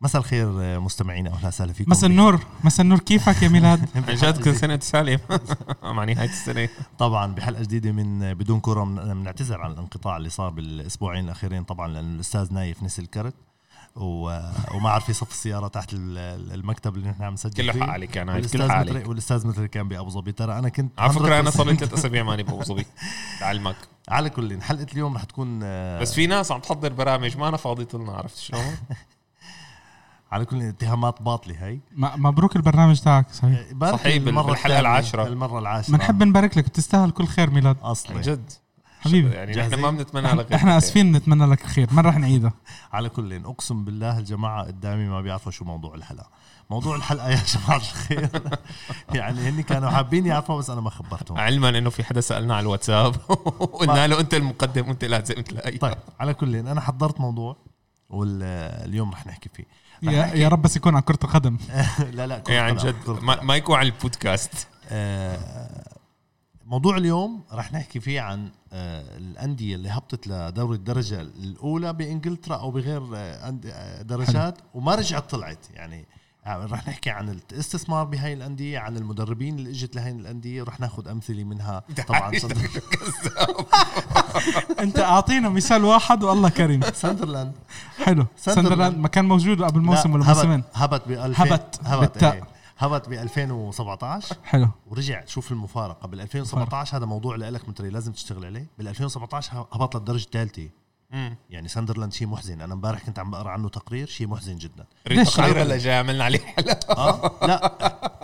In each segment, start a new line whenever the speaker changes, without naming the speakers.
مساء الخير آه، مستمعينا اهلا وسهلا فيكم
مساء النور مساء النور كيفك يا ميلاد
بحلقة
عن جد كل
جديدة.
سنه سالم مع نهايه السنه
طبعا بحلقه جديده من آه، بدون كره من- بنعتذر عن الانقطاع اللي صار بالاسبوعين الاخيرين طبعا لانه الاستاذ نايف نسي الكرت و... آه، وما عرف يصف السياره تحت ال- ال- المكتب اللي نحن عم نسجل
كله
فيه
حق عليك يعني، انا كله
والاستاذ
حق
متري
عليك
والاستاذ متري كان بابو ظبي ترى انا كنت
على فكره انا
100%
صار لي ثلاث اسابيع ماني بابو ظبي لعلمك
على كل حلقه اليوم رح تكون آه،
بس في ناس عم تحضر برامج ما انا فاضيت لنا عرفت شلون؟
على كل اتهامات باطله هي
م- مبروك البرنامج تاعك صحيح
بارك
صحيح، بال-
المرة
بالحلقة
الثانية،
العاشرة.
المره العاشره
بنحب نبارك لك بتستاهل كل خير ميلاد
عن
اصلا
جد
حبيبي
يعني
طيب. جاهزين؟
نحن ما بنتمنى لك
إحنا-
غير
احنا
خير.
اسفين نتمنى لك الخير ما رح نعيدها
على كل اقسم بالله الجماعه قدامي ما بيعرفوا شو موضوع الحلقه موضوع الحلقه يا جماعه الخير يعني هني كانوا حابين يعرفوا بس انا ما خبرتهم
علما انه في حدا سالنا على الواتساب وقلنا له انت المقدم وانت لازم تلاقي
طيب على كل انا حضرت موضوع واليوم رح نحكي فيه رح
يا,
نحكي-
يا رب بس يكون على كرة القدم
لا لا كرة
يعني عن
قدم،
جد
كرة
ما, ما يكون على البودكاست
آه، موضوع اليوم رح نحكي فيه عن آه، الأندية اللي هبطت لدوري الدرجة الأولى بإنجلترا أو بغير آه، أند- آه، درجات وما رجعت طلعت يعني آه، رح نحكي عن الاستثمار بهاي الأندية عن المدربين اللي إجت لهي الأندية رح ناخذ أمثلة منها طبعا سندر-
انت اعطينا مثال واحد والله كريم
ساندرلاند
حلو ساندرلاند ما كان موجود قبل موسم ولا
لا، هبت-
موسمين
هبت ب 2000
هبت،
هبت
بالتاء.
إيه. هبت ب 2017
حلو
ورجع شوف المفارقه بال 2017 هذا موضوع لك متري لازم تشتغل عليه بال 2017 هبط للدرجه الثالثه
أمم.
يعني ساندرلاند شيء محزن انا امبارح كنت عم بقرا عنه تقرير شيء محزن جدا
ريت
ليش
تقرير
عمل؟
هلا جاي عملنا عليه حلقه
اه لا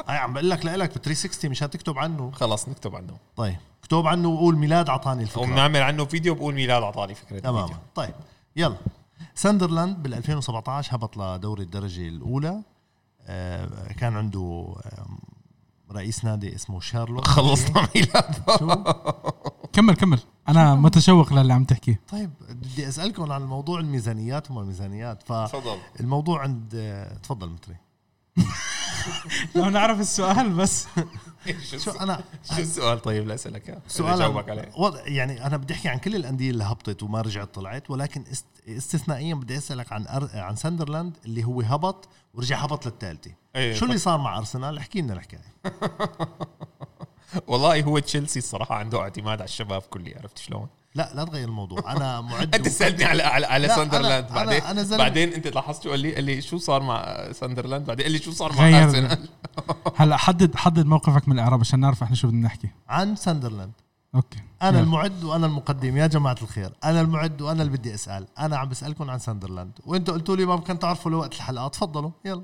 هاي عم بقول لك لك ب 360 مش هتكتب عنه
خلاص نكتب عنه
طيب اكتب عنه وقول ميلاد اعطاني الفكره
وبنعمل عنه فيديو بقول ميلاد اعطاني فكره
تماما
الفيديو.
طيب يلا ساندرلاند بال 2017 هبط لدوري الدرجه الاولى آه كان عنده آه رئيس نادي اسمه شارلوت
خلصنا ميلاد
شو
كمل كمل انا متشوق للي عم تحكيه
طيب بدي اسالكم عن موضوع الميزانيات وما الميزانيات
تفضل
فالموضوع عند آه، تفضل متري
لو نعرف السؤال بس
شو انا
شو السؤال طيب لاسالك اياه
سؤال
جاوبك عليه
وضع يعني انا بدي احكي عن كل الانديه اللي هبطت وما رجعت طلعت ولكن است... استثنائيا بدي اسالك عن أر... عن ساندرلاند اللي هو هبط ورجع هبط للثالثه
إيه،
شو اللي صار مع ارسنال احكي لنا الحكايه
والله هو تشيلسي الصراحه عنده اعتماد على الشباب كلي عرفت شلون؟
لا لا تغير الموضوع انا معد
انت سالتني على على, على
لا،
ساندرلاند
أنا-
بعدين
أنا- أنا زلمة.
بعدين انت لاحظت شو قال لي قال لي شو صار مع ساندرلاند بعدين قال لي شو صار
غير.
مع ارسنال
هلا حدد حدد موقفك من الاعراب عشان نعرف احنا شو بدنا نحكي
عن ساندرلاند
اوكي
انا
يلا.
المعد وانا المقدم يا جماعه الخير انا المعد وانا اللي بدي اسال انا عم بسالكم عن ساندرلاند وانتم قلتوا لي ما كان تعرفوا لوقت الحلقه تفضلوا يلا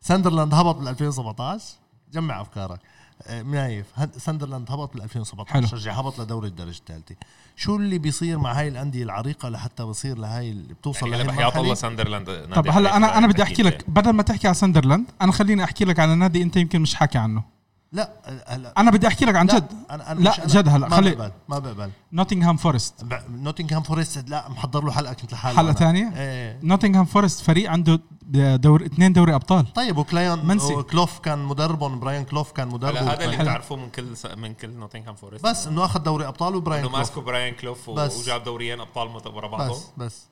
ساندرلاند هبط بال 2017 جمع افكارك آه، نايف هن- ساندرلاند هبط بال 2017
حلو.
رجع هبط لدوري الدرجه الثالثه شو اللي بيصير مع هاي الانديه العريقه لحتى بصير لهاي اللي بتوصل لهي
يعني هلا رح يعطى الله
المرحله
ساندرلاند نادي
طب هلا انا انا بدي احكي
أكيد. إيه.
لك بدل ما تحكي على ساندرلاند انا خليني احكي لك على نادي انت يمكن مش حاكي عنه
لا آه، هلا
انا بدي احكي لك عن
لا،
جد
أنا أنا
لا،
مش أنا.
جد هلا،
ما
خلي-
بقبل ما بقبل
نوتنغهام فورست
ب- نوتنغهام فورست لا محضر له حلقه كنت لحالي
حلقه
أنا.
ثانيه
ايه
نوتنغهام فورست فريق عنده دور اثنين دوري ابطال
طيب وكلايون
منسي.
وكلوف كان مدربهم براين كلوف كان مدربه
هلا هذا اللي
حلو.
بتعرفه من كل س- من كل نوتنغهام فورست
بس انه اخذ دوري ابطال وبراين
انه
كلوف
ماسكه براين كلوف و-
بس.
وجاب دوريين ابطال مت- ورا بعضهم
بس بس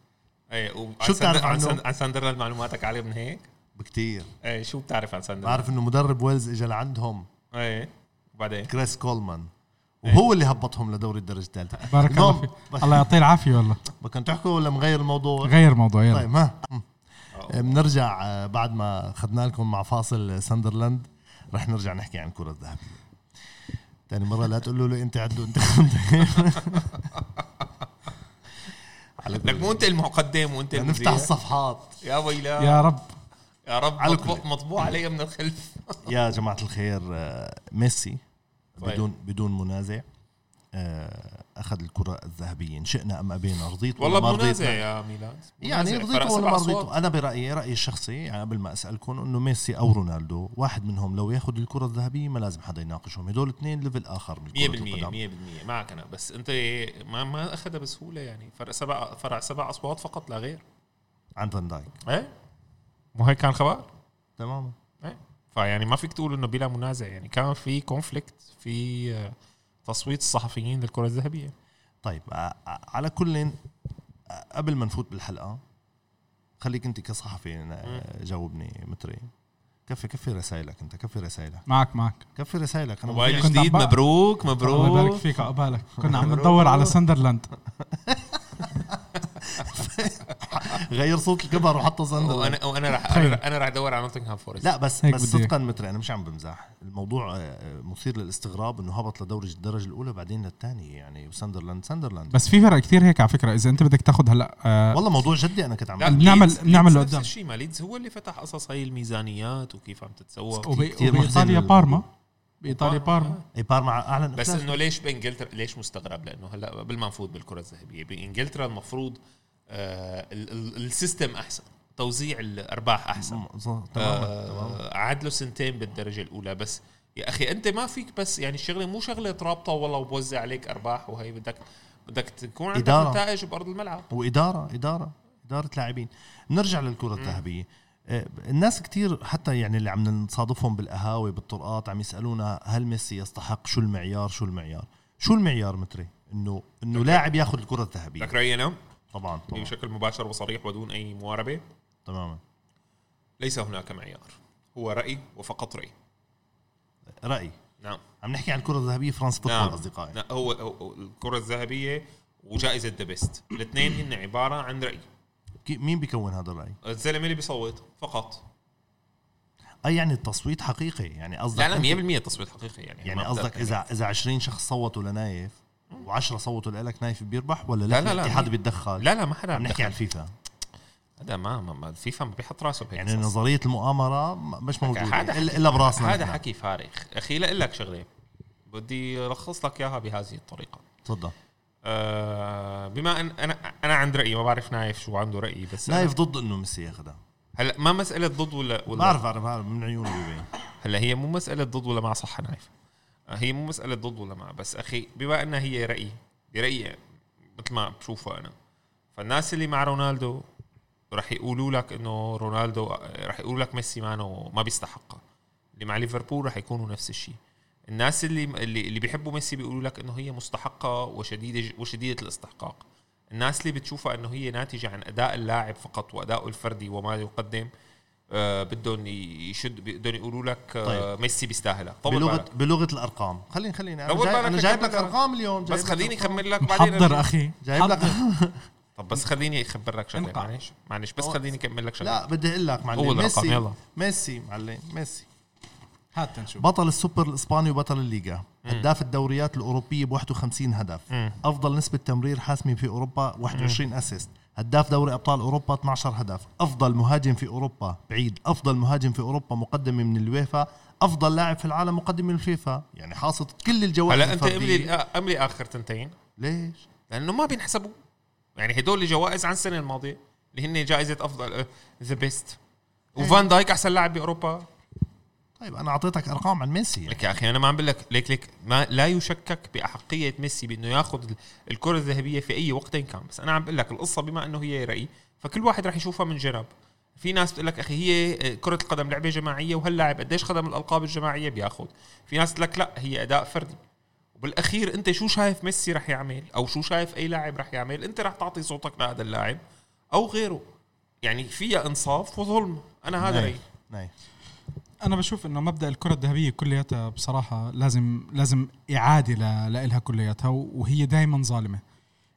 ايه وعن
شو بتعرف
ساندر- عن
عنه؟
ساند- عن ساندرلاند معلوماتك اعلى من هيك؟
بكتير
ايه شو بتعرف عن ساندرلاند؟
بعرف انه مدرب ويلز اجى لعندهم
ايه وبعدين
كريس كولمان
إيه.
وهو اللي هبطهم لدوري الدرجه الثالثه
بارك الله فيك الله يعطيه العافيه والله
كنت تحكوا ولا مغير الموضوع
غير موضوع يلا
طيب ها آه، بنرجع بعد ما اخذنا لكم مع فاصل ساندرلاند رح نرجع نحكي عن كرة الذهبية تاني مرة لا تقولوا له انت عدو انت على كل-
لك مو انت المقدم وانت
نفتح
المذيع.
الصفحات
يا ويلا
يا رب
يا رب
على
مطبوع,
كل.
مطبوع علي من الخلف
يا جماعة الخير آه، ميسي
طيب.
بدون بدون منازع آه، أخذ الكرة الذهبية إن شئنا أم أبينا رضيت ولا
والله
ما رضيت
منازع يا ميلاد
يعني
منازع. فرق
رضيته ولا
سبع
ما
أصوات.
رضيته أنا برأيي رأيي الشخصي يعني قبل ما أسألكم إنه ميسي أو رونالدو واحد منهم لو ياخذ الكرة الذهبية ما لازم حدا يناقشهم هدول اثنين ليفل آخر من
100%
كرة القدم
100% معك انا بس انت ما ما اخذها بسهوله يعني فرق سبع فرع سبع اصوات فقط لا غير
عن فان دايك
ايه مو هيك كان الخبر؟
تماما
ايه فيعني ما فيك تقول انه بلا منازع يعني كان في كونفليكت في آه، تصويت الصحفيين للكره الذهبيه
آه، طيب ع- ع- على كل آه، قبل ما نفوت بالحلقة خليك انت كصحفي أنا- جاوبني متري كفي كفي رسائلك انت كفي رسائلك
معك معك
كفي رسائلك انا
موبايل
مضيع-
كنت عم
جديد
بق-
مبروك
الله يبارك
مبروك
فيك عقبالك كنا عم ندور على سندرلاند
غير صوت الكبر وحطه صندوق
وانا وانا راح أنا- انا راح ادور على نوتنغهام فورست
لا بس
هيك
بس
بدي إياك.
صدقا متر انا مش عم بمزح الموضوع آه، مثير للاستغراب انه هبط لدوري الدرجه الاولى بعدين للثانيه يعني وساندرلاند ساندرلاند
بس في فرق كتير هيك على فكره اذا انت بدك تاخذ هلا آه
والله موضوع جدي انا كنت عم
لا،
بحكي.
بنعمل-
نعم، ليدز-
بنعمل
ليدز
لقدام.
نفس الشيء ما ليدز هو اللي فتح قصص هاي الميزانيات وكيف عم تتسوق
وب-
كتير
وبايطاليا
محزن
بارما بايطاليا بارما
إيه، بارما اعلن
بس
إفلاس.
انه ليش بانجلترا ليش مستغرب لانه هلا قبل ما نفوت بالكره الذهبيه بانجلترا المفروض آه ال- ال- السيستم احسن توزيع الارباح احسن
م- صح، تماما تماما
آه عاد له سنتين بالدرجه الاولى بس يا اخي انت ما فيك بس يعني الشغله مو شغله رابطه والله وبوزع عليك ارباح وهي بدك بدك تكون عندك
إدارة.
نتائج بارض الملعب
واداره اداره اداره لاعبين نرجع للكره الذهبيه آه، الناس كتير حتى يعني اللي عم نصادفهم بالقهاوي بالطرقات عم يسالونا هل ميسي يستحق شو المعيار شو المعيار شو المعيار متري انه انه لاعب ياخذ الكره الذهبيه
بدك رايي انا
طبعا طبعا
بشكل مباشر وصريح ودون اي مواربه
تماما
ليس هناك معيار هو راي وفقط راي
رايي
نعم
عم نحكي عن الكره الذهبيه فرانس
نعم.
فوتبول اصدقائي
لا هو هو الكره الذهبيه وجائزه ذا بيست الاثنين هن عباره عن راي
كي- مين بيكون هذا الراي؟
الزلمه اللي بيصوت فقط
اي يعني التصويت حقيقي يعني قصدك
لا
أنت-
لا 100% تصويت حقيقي يعني
يعني
ما
قصدك
بدك-
اذا اذا 20 شخص صوتوا لنايف و10 صوتوا لك نايف بيربح ولا
لا،
لا
لا، لا.
في حد بيتدخل
لا لا ما حدا
عم
عم
نحكي عن
يدخل.
الفيفا
نعم. هذا ما ما- ما الفيفا ما بيحط راسه بهيك
يعني
قصص.
نظريه المؤامره م- مش موجوده
هذا
إلا-
حكي-
الا براسنا
هذا
نحن.
حكي فارغ اخي لا لك شغله بدي الخص لك اياها بهذه الطريقه
تفضل
أه بما ان انا انا عند رايي ما بعرف نايف شو عنده راي بس أنا-
نايف ضد انه ميسي ياخذها
هلا ما مساله ضد ولا ولا
بعرف بعرف بعرف، من عيوني بيبين
هلا هي مو مسألة ضد ولا مع صح أنا عارف آه، هي مو مسألة ضد ولا مع بس أخي بما أنها هي رأيي برأيي مثل ما بشوفها أنا فالناس اللي مع رونالدو رح يقولوا لك إنه رونالدو آه، رح يقولوا لك ميسي مانو ما بيستحقها اللي مع ليفربول رح يكونوا نفس الشيء الناس اللي اللي, اللي بيحبوا ميسي بيقولوا لك إنه هي مستحقة وشديدة وشديدة الاستحقاق الناس اللي بتشوفها انه هي ناتجه عن اداء اللاعب فقط وادائه الفردي وما يقدم آه بدهم يشد بدهم يقولوا لك آه
طيب.
ميسي بيستاهلها طول
بلغه
بالك
بلغه الارقام خليني خليني انا
طول
جاي-
بالك
انا
لك
جايب
بدك
لك ارقام اليوم جايب
بس
لك
خليني
أرقام.
اخمن لك بعدين
محضر
أرجع.
اخي
جايب لك
محضر.
طب بس خليني اخبر لك شغله
انقع.
معلش معلش بس
أوه.
خليني اكمل لك شغله
لا بدي اقول لك معلم
قول الأرقام، يلا.
ميسي ميسي معلم ميسي
هات تنشوف
بطل السوبر الاسباني وبطل الليغا هداف الدوريات الاوروبيه ب 51 هدف
مم.
افضل نسبه تمرير حاسمه في اوروبا 21 اسيست هداف دوري ابطال اوروبا 12 هدف افضل مهاجم في اوروبا بعيد افضل مهاجم في اوروبا مقدمه من الويفا افضل لاعب في العالم مقدمه من الفيفا يعني حاصد كل الجوائز
هلا انت
الفردية.
املي املي اخر تنتين
ليش
لانه ما بينحسبوا يعني هدول جوائز عن السنه الماضيه اللي هن جائزه افضل ذا بيست وفان دايك احسن لاعب باوروبا
طيب انا اعطيتك ارقام عن ميسي يعني.
لك يا اخي انا ما عم بقول لك ليك ليك ما لا يشكك باحقيه ميسي بانه ياخذ ال- الكره الذهبيه في اي وقت كان بس انا عم بقول لك القصه بما انه هي رايي فكل واحد رح يشوفها من جنب في ناس بتقول لك اخي هي آه، كره القدم لعبه جماعيه وهاللاعب قديش خدم الالقاب الجماعيه بياخذ في ناس بتقول لك لا هي اداء فردي وبالاخير انت شو شايف ميسي رح يعمل او شو شايف اي لاعب رح يعمل انت رح تعطي صوتك لهذا اللاعب او غيره يعني فيها انصاف وظلم انا هذا
نايف.
رايي
نايف.
انا بشوف انه مبدا الكره الذهبيه كلياتها بصراحه لازم لازم اعاده ل- لإلها كلياتها وهي دائما ظالمه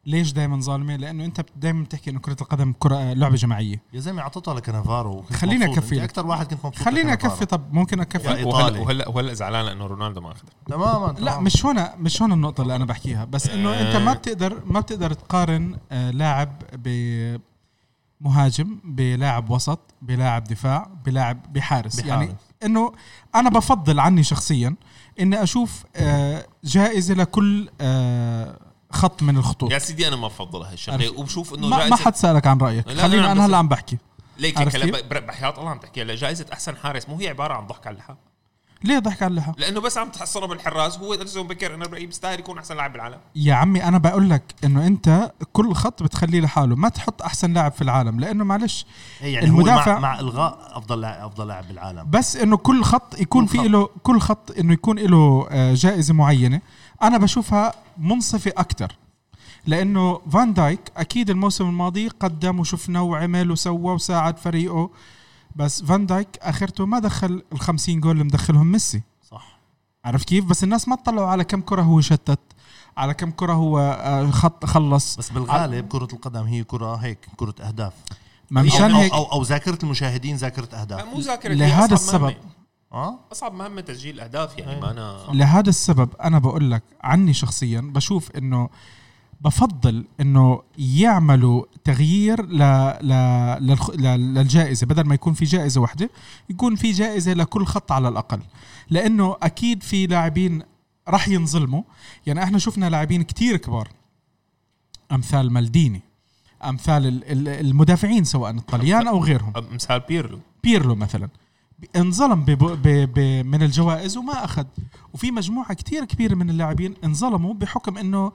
ليش دائما ظالمه لانه انت دائما بتحكي انه كره القدم كره لعبه جماعيه
يا زلمه اعطيتها لكنافارو وكنت
خليني
مبسوط.
أكفي
أنت
لك.
اكثر واحد كنت مبسوط
خليني
لكنافارو.
اكفي طب ممكن
يا
اكفي
وهلا
إيطالي.
وهلا وهلا زعلان لانه رونالدو ما اخذها
تماما
لا
آه.
تماماً.
مش هنا مش هنا النقطه اللي انا بحكيها بس انه انت ما بتقدر ما بتقدر تقارن آه، لاعب بمهاجم بلاعب وسط بلاعب دفاع بلاعب بحارس
بحارس.
يعني انه انا بفضل عني شخصيا اني اشوف آه، جائزه لكل آه، خط من الخطوط
يا سيدي انا ما بفضل هالشغله
عرفت.
وبشوف انه
ما, ما
جائزه
حد سالك عن رايك
لا، لا،
خليني
أنا
انا
بس-
هلا عم بحكي
ليك
عرفت
ليك هلا
كيف؟
ب- ب- بحياة الله عم تحكي هلا جائزه احسن حارس مو هي عباره عن ضحك على اللحى
ليه ضحك على اللحى
لانه بس عم تحصنه بالحراس هو ارسون بكر انا برايي بيستاهل يكون احسن لاعب بالعالم
يا عمي انا بقول لك انه انت كل خط بتخليه لحاله ما تحط احسن لاعب في العالم لانه معلش
إيه يعني المدافع
المدافع-
هو مع, مع الغاء افضل لاعب افضل لاعب بالعالم
بس انه كل خط يكون
كل
في
خط.
له كل خط آه، انه يكون له جائزه معينه انا بشوفها منصفه اكثر لانه فان دايك اكيد الموسم الماضي قدم وشفنا وعمل وسوى وساعد فريقه بس فان دايك اخرته ما دخل ال 50 جول اللي مدخلهم ميسي
صح
عرفت كيف بس الناس ما اطلعوا على كم كره هو شتت على كم كره هو آه، خط خلص
بس بالغالب كرة القدم هي كرة هيك كرة أهداف
ما
أو,
مشان
أو,
هيك
أو, أو ذاكرة المشاهدين ذاكرة أهداف
مو ذاكرة هي
لهذا
أصعب
السبب إيه.
مهمة.
أه؟
اصعب مهمه تسجيل اهداف يعني ما انا
لهذا السبب انا بقول لك عني شخصيا بشوف انه بفضل انه يعملوا تغيير ل... ل... للخ... ل... للجائزه بدل ما يكون في جائزه واحده يكون في جائزه لكل خط على الاقل لانه اكيد في لاعبين راح ينظلموا يعني احنا شفنا لاعبين كتير كبار امثال مالديني امثال ال- ال- المدافعين سواء الطليان او غيرهم
مثال بيرلو
بيرلو مثلا انظلم ب ب ب من الجوائز وما اخذ وفي مجموعه كتير كبيره من اللاعبين انظلموا بحكم انه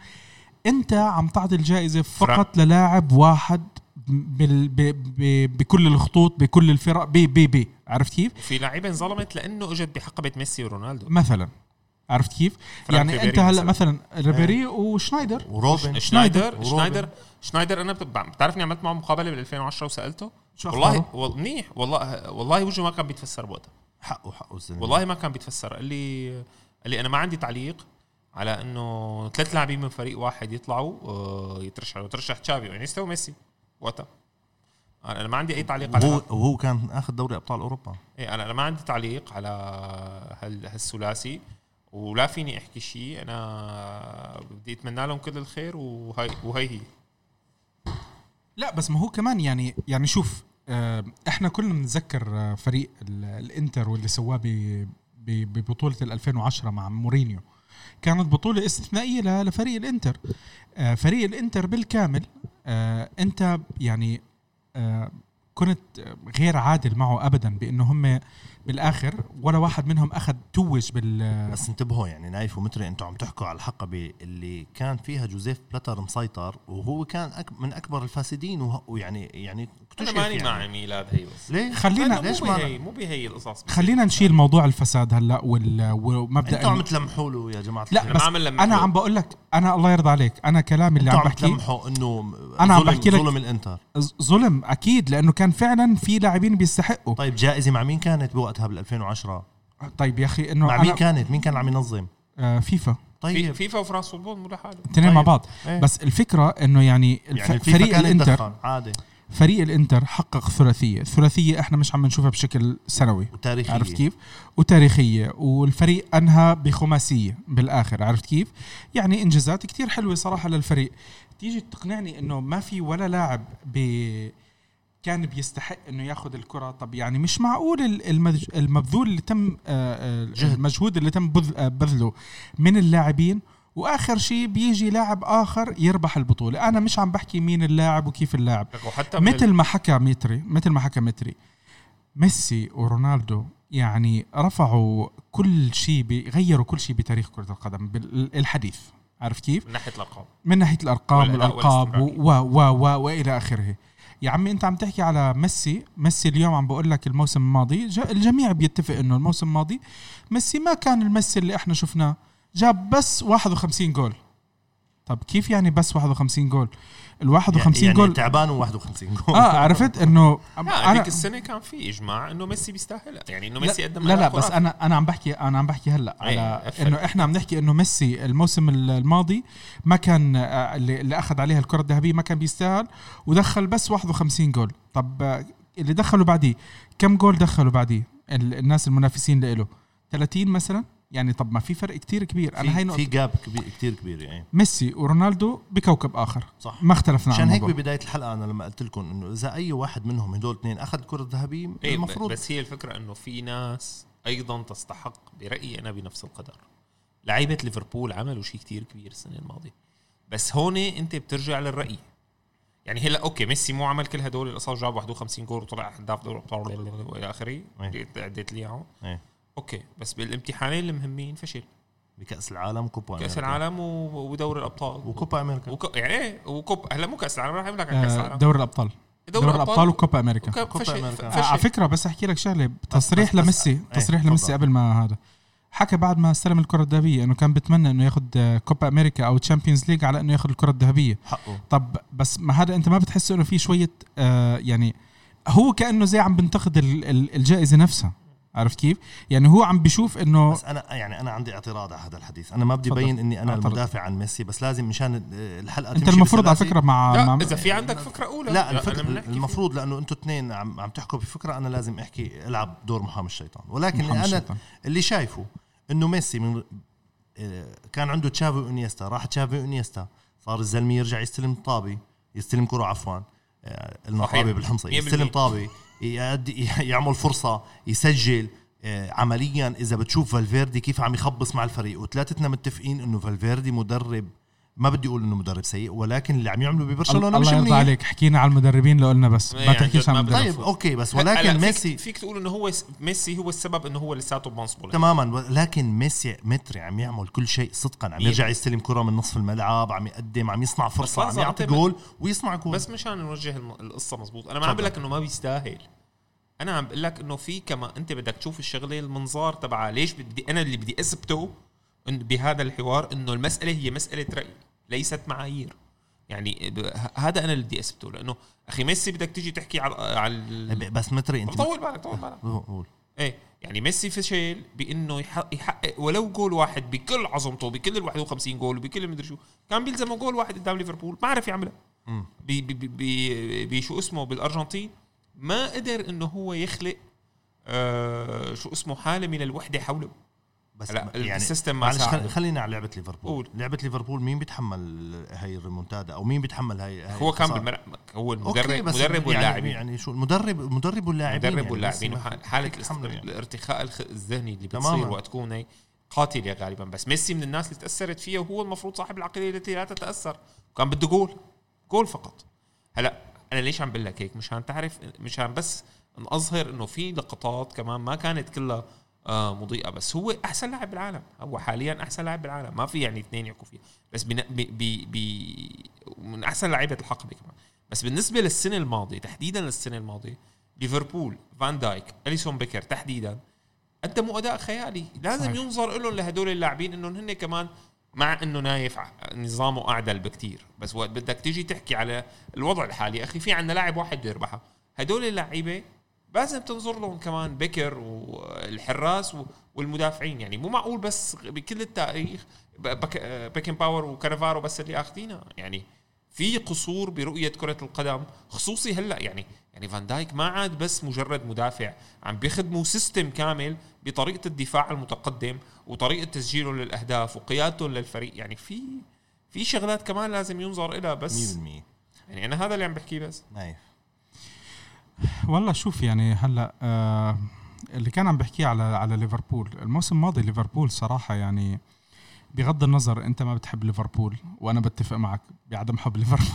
انت عم تعطي الجائزه فقط للاعب واحد بال ب ب بكل الخطوط بكل الفرق بي بي بي عرفت كيف
في لعيبه انظلمت لانه اجت بحقبه ميسي ورونالدو
مثلا عرفت كيف يعني
ريبيري
انت هلا مثلا
مثلاً.
ريبيري وشنايدر
وروبن
شنايدر
وروبن.
شنايدر شنايدر انا بت- بتعرفني عملت معه مقابله بال 2010 وسالته
شو
والله
أخباره؟
وال- منيح والله والله وجهه ما كان بيتفسر بوقتها
حقه حقه الزلمة
والله ما كان بيتفسر قال لي قال لي انا ما عندي تعليق على انه ثلاث لاعبين من فريق واحد يطلعوا آه، يترشحوا ترشح تشافي وانيستا وميسي وقتها قال انا ما عندي اي تعليق على
وهو وهو كان اخذ دوري ابطال اوروبا
ايه انا أنا ما عندي تعليق على هال هالثلاثي ولا فيني احكي شيء انا بدي اتمنى لهم كل الخير وهي وهي هي
لا بس ما هو كمان يعني يعني شوف آه، احنا كلنا بنتذكر آه، فريق ال- الانتر واللي سواه ب- ب- ببطوله ال 2010 مع مورينيو كانت بطوله استثنائيه ل- لفريق الانتر آه، فريق الانتر بالكامل آه، انت يعني آه، كنت غير عادل معه ابدا بانه هم بالاخر ولا واحد منهم اخذ توج بال
بس انتبهوا يعني نايف ومتري انتم عم تحكوا على الحقبه اللي كان فيها جوزيف بلاتر مسيطر وهو كان أك من اكبر الفاسدين وه- ويعني يعني
انا
اكتشف
ماني
يعني.
مع ميلاد هي بس
ليه؟
خلينا-
أنا
ليش
مو بهي
ما
مو بهي القصص
خلينا نشيل موضوع الفساد هلا وال- ومبدا
انتم عم
ال-
تلمحوا له يا جماعه
لا
الخير.
بس
ما عم نلمح
انا
له.
عم بقول لك انا الله يرضى عليك انا كلامي اللي
انتم
عم
عم
بحكيه
تلمحوا انه
أنا عم
ظلم-
بحكي لك-
ظلم الانتر
ز- ظلم اكيد لانه كان فعلا في لاعبين بيستحقوا
طيب جائزه مع مين كانت بوقتها بال 2010
طيب يا اخي انه
مع مين
انا
كانت مين كان عم ينظم
آه فيفا
في
طيب
فيفا وفرنسا فوتبول مو لحاله
الاثنين
طيب.
مع بعض
إيه.
بس الفكره انه يعني, الف...
يعني الفيفا
فريق
كان
الانتر
يتدخل عادي
فريق الانتر حقق ثلاثيه الثلاثيه احنا مش عم نشوفها بشكل سنوي
وتاريخي
عرفت كيف وتاريخيه والفريق انهى بخماسيه بالاخر عرفت كيف يعني انجازات كتير حلوه صراحه للفريق تيجي تقنعني انه ما في ولا لاعب ب كان بيستحق انه ياخذ الكره طب يعني مش معقول ال- المج... المبذول اللي تم آه، آه، المجهود اللي تم بذ- آه، بذله من اللاعبين واخر شيء بيجي لاعب اخر يربح البطوله انا مش عم بحكي مين اللاعب وكيف اللاعب
لك وحتى من
مثل ما حكى متري مثل ما حكى متري ميسي ورونالدو يعني رفعوا كل شيء غيروا كل شيء بتاريخ كرة القدم بالحديث عرفت كيف؟
ال- من ناحيه الارقام
من ناحية الأرقام
والأداء
والألقاب و
والاستمرارية.
و و و- وإلى آخره يا عمي أنت عم تحكي على ميسي ميسي اليوم عم بقول لك الموسم الماضي ج- الجميع بيتفق أنه الموسم الماضي ميسي ما كان الميسي اللي إحنا شفناه جاب بس 51 جول طب كيف يعني بس 51 جول ال 51
يعني
جول
تعبان و51 جول
اه عرفت انه
لا
انا
آه، هذيك السنه كان في اجماع انه ميسي بيستاهلها يعني انه ميسي
لا,
قدم
لا, لا
أداء
بس
خرافي.
انا انا عم بحكي انا عم بحكي هلا
أي،
على
أفهم.
انه احنا عم نحكي انه ميسي الموسم الماضي ما كان آه، اللي, اللي اخذ عليها الكره الذهبيه ما كان بيستاهل ودخل بس 51 جول طب آه، اللي دخلوا بعديه كم جول دخلوا بعديه ال- الناس المنافسين له 30 مثلا يعني طب ما في فرق كتير كبير انا يعني هاي
في, في
نقطة
جاب كبير كثير كبير يعني
ميسي ورونالدو بكوكب اخر
صح
ما اختلفنا عن
عشان هيك
الموضوع
ببدايه الحلقه انا لما قلت لكم انه اذا اي واحد منهم هدول اثنين اخذ الكره الذهبيه
إيه
المفروض
بس هي الفكره انه في ناس ايضا تستحق برايي انا بنفس القدر لعيبه ليفربول عملوا شيء كتير كبير السنه الماضيه بس هون انت بترجع للراي يعني هلا اوكي ميسي مو عمل كل هدول القصص جاب 51 جول وطلع هداف دوري ابطال والى اخره
إيه.
عديت لي اياهم
إيه.
اوكي بس بالامتحانين المهمين فشل
بكاس العالم كوبا
كاس
أمريكا.
العالم و- ودوري الابطال
وكوبا امريكا
وكو يعني ايه وكوب هلا مو كاس العالم رح اعمل لك عن كاس
آه،
العالم
دوري الابطال دوري الابطال وكوبا امريكا
وكوب-
كوبا
فشل
أمريكا.
على
فشل
فكره بس احكي لك شغله تصريح
بس- بس-
لميسي
إيه،
تصريح
تفضل.
لميسي قبل ما هذا حكى بعد ما استلم الكره الذهبيه انه كان بيتمنى انه ياخذ كوبا امريكا او تشامبيونز ليج على انه ياخذ الكره الذهبيه
حقه
طب بس ما هذا انت ما بتحس انه في شويه آه يعني هو كانه زي عم بنتقد ال- ال- الجائزه نفسها عرفت كيف يعني هو عم بيشوف انه
بس انا يعني انا عندي اعتراض على هذا الحديث انا ما بدي
تفضل.
بين اني انا
اعترض.
المدافع عن ميسي بس لازم مشان الحلقه
انت
تمشي
المفروض على
بسلاسة.
فكره مع, مع
لا اذا في عندك فكره اولى
لا
أنا بدنا
الفكرة
نحكي فيه.
المفروض لانه انتم اثنين عم عم تحكوا بفكره انا لازم احكي العب دور محامي الشيطان ولكن
محمد
انا
الشيطان.
اللي شايفه انه ميسي من آه، كان عنده تشافي وانيستا راح تشافي وانيستا صار الزلمه يرجع يستلم طابي يستلم كره عفوا آه، قلنا
صحيح.
طابي بالحمصه
مية
يستلم
بالمية.
طابي يأدي يعمل فرصه يسجل آه، عمليا اذا بتشوف فالفيردي كيف عم يخبص مع الفريق وثلاثتنا متفقين انه فالفيردي مدرب ما بدي اقول انه مدرب سيء ولكن اللي عم يعمله ببرشلونه مش
الله يرضى
منيح
عليك حكينا على المدربين لو قلنا بس
يعني
ما
عن جد
تحكيش عن
ما
المدرب
بدي.
طيب اوكي بس
هلا
ولكن
فيك-
ميسي
فيك تقول انه هو س- ميسي هو السبب انه هو لساته بمنصبه
تماما ولكن ميسي متري عم يعمل كل شيء صدقا عم
مية.
يرجع يستلم كره من نصف الملعب عم يقدم عم يصنع فرصه عم
لحظة،
يعطي
أنت
جول ويصنع جول
بس مشان نوجه الم- القصه مزبوط انا ما عم
تفضل.
بقول لك انه ما بيستاهل انا عم بقول لك انه في كما انت بدك تشوف الشغله المنظار تبعها ليش بدي انا اللي بدي اثبته إن بهذا الحوار انه المساله هي مساله راي ليست معايير يعني ب- ه- هذا انا اللي بدي اثبته لانه اخي ميسي بدك تيجي تحكي على على ال-
ب- بس متري انت
طول بالك طول بالك
قول
ايه يعني ميسي فشل بانه يح- يحقق ولو جول واحد بكل عظمته بكل ال 51 جول وبكل مدري شو كان بيلزمه جول واحد قدام ليفربول ما عرف يعملها
مم.
بي بي بي بي بي شو اسمه بالارجنتين ما قدر انه هو يخلق آه شو اسمه حاله من الوحده حوله
بس
هلا
لا يعني
السيستم ما
معلش خل-
ساعد
خلينا على لعبه ليفربول
قول.
لعبه ليفربول مين بيتحمل هاي الريمونتادا او مين بيتحمل هاي هاي
هو كان
الخسارة؟
بالملعب هو
أوكي،
المدرب
بس
مدرب
يعني-
واللاعبين
يعني شو المدرب المدرب واللاعبين
مدرب
يعني بس
واللاعبين
ما-
وح- حاله
فيك تحمل
الاست-
يعني.
الارتخاء الخ- الذهني اللي
تماماً.
بتصير وقت تكون هي قاتله غالبا بس ميسي من الناس اللي تاثرت فيها وهو المفروض صاحب العقليه التي لا تتاثر وكان بده جول جول فقط هلا انا ليش عم بقول لك هيك مشان تعرف مشان بس نظهر انه في لقطات كمان ما كانت كلها آه مضيئه بس هو احسن لاعب بالعالم هو حاليا احسن لاعب بالعالم ما في يعني اثنين يحكوا فيه بس بن- بي بي بي من احسن لعيبه الحقبه كمان بس بالنسبه للسنه الماضيه تحديدا للسنه الماضيه ليفربول فان دايك اليسون بيكر تحديدا قدموا اداء خيالي لازم
صحيح.
صحيح. ينظر لهم لهدول اللاعبين انهم هن كمان مع انه نايف ع- نظامه اعدل بكتير بس وقت بدك تيجي تحكي على الوضع الحالي اخي في عندنا لاعب واحد بده يربحها هدول اللعيبه لازم تنظر لهم كمان بكر والحراس و- والمدافعين يعني مو معقول بس بكل التاريخ ب- بك- بيكن باور وكانافارو بس اللي اخذينها يعني في قصور برؤيه كره القدم خصوصي هلا يعني يعني فان دايك ما عاد بس مجرد مدافع عم بيخدموا سيستم كامل بطريقه الدفاع المتقدم وطريقه تسجيله للاهداف وقيادته للفريق يعني في في شغلات كمان لازم ينظر لها بس
100%
يعني انا هذا اللي عم بحكيه بس
نايف
والله شوف يعني هلا آه اللي كان عم بحكيه على على ليفربول الموسم الماضي ليفربول صراحه يعني بغض النظر انت ما بتحب ليفربول وانا بتفق معك بعدم حب ليفربول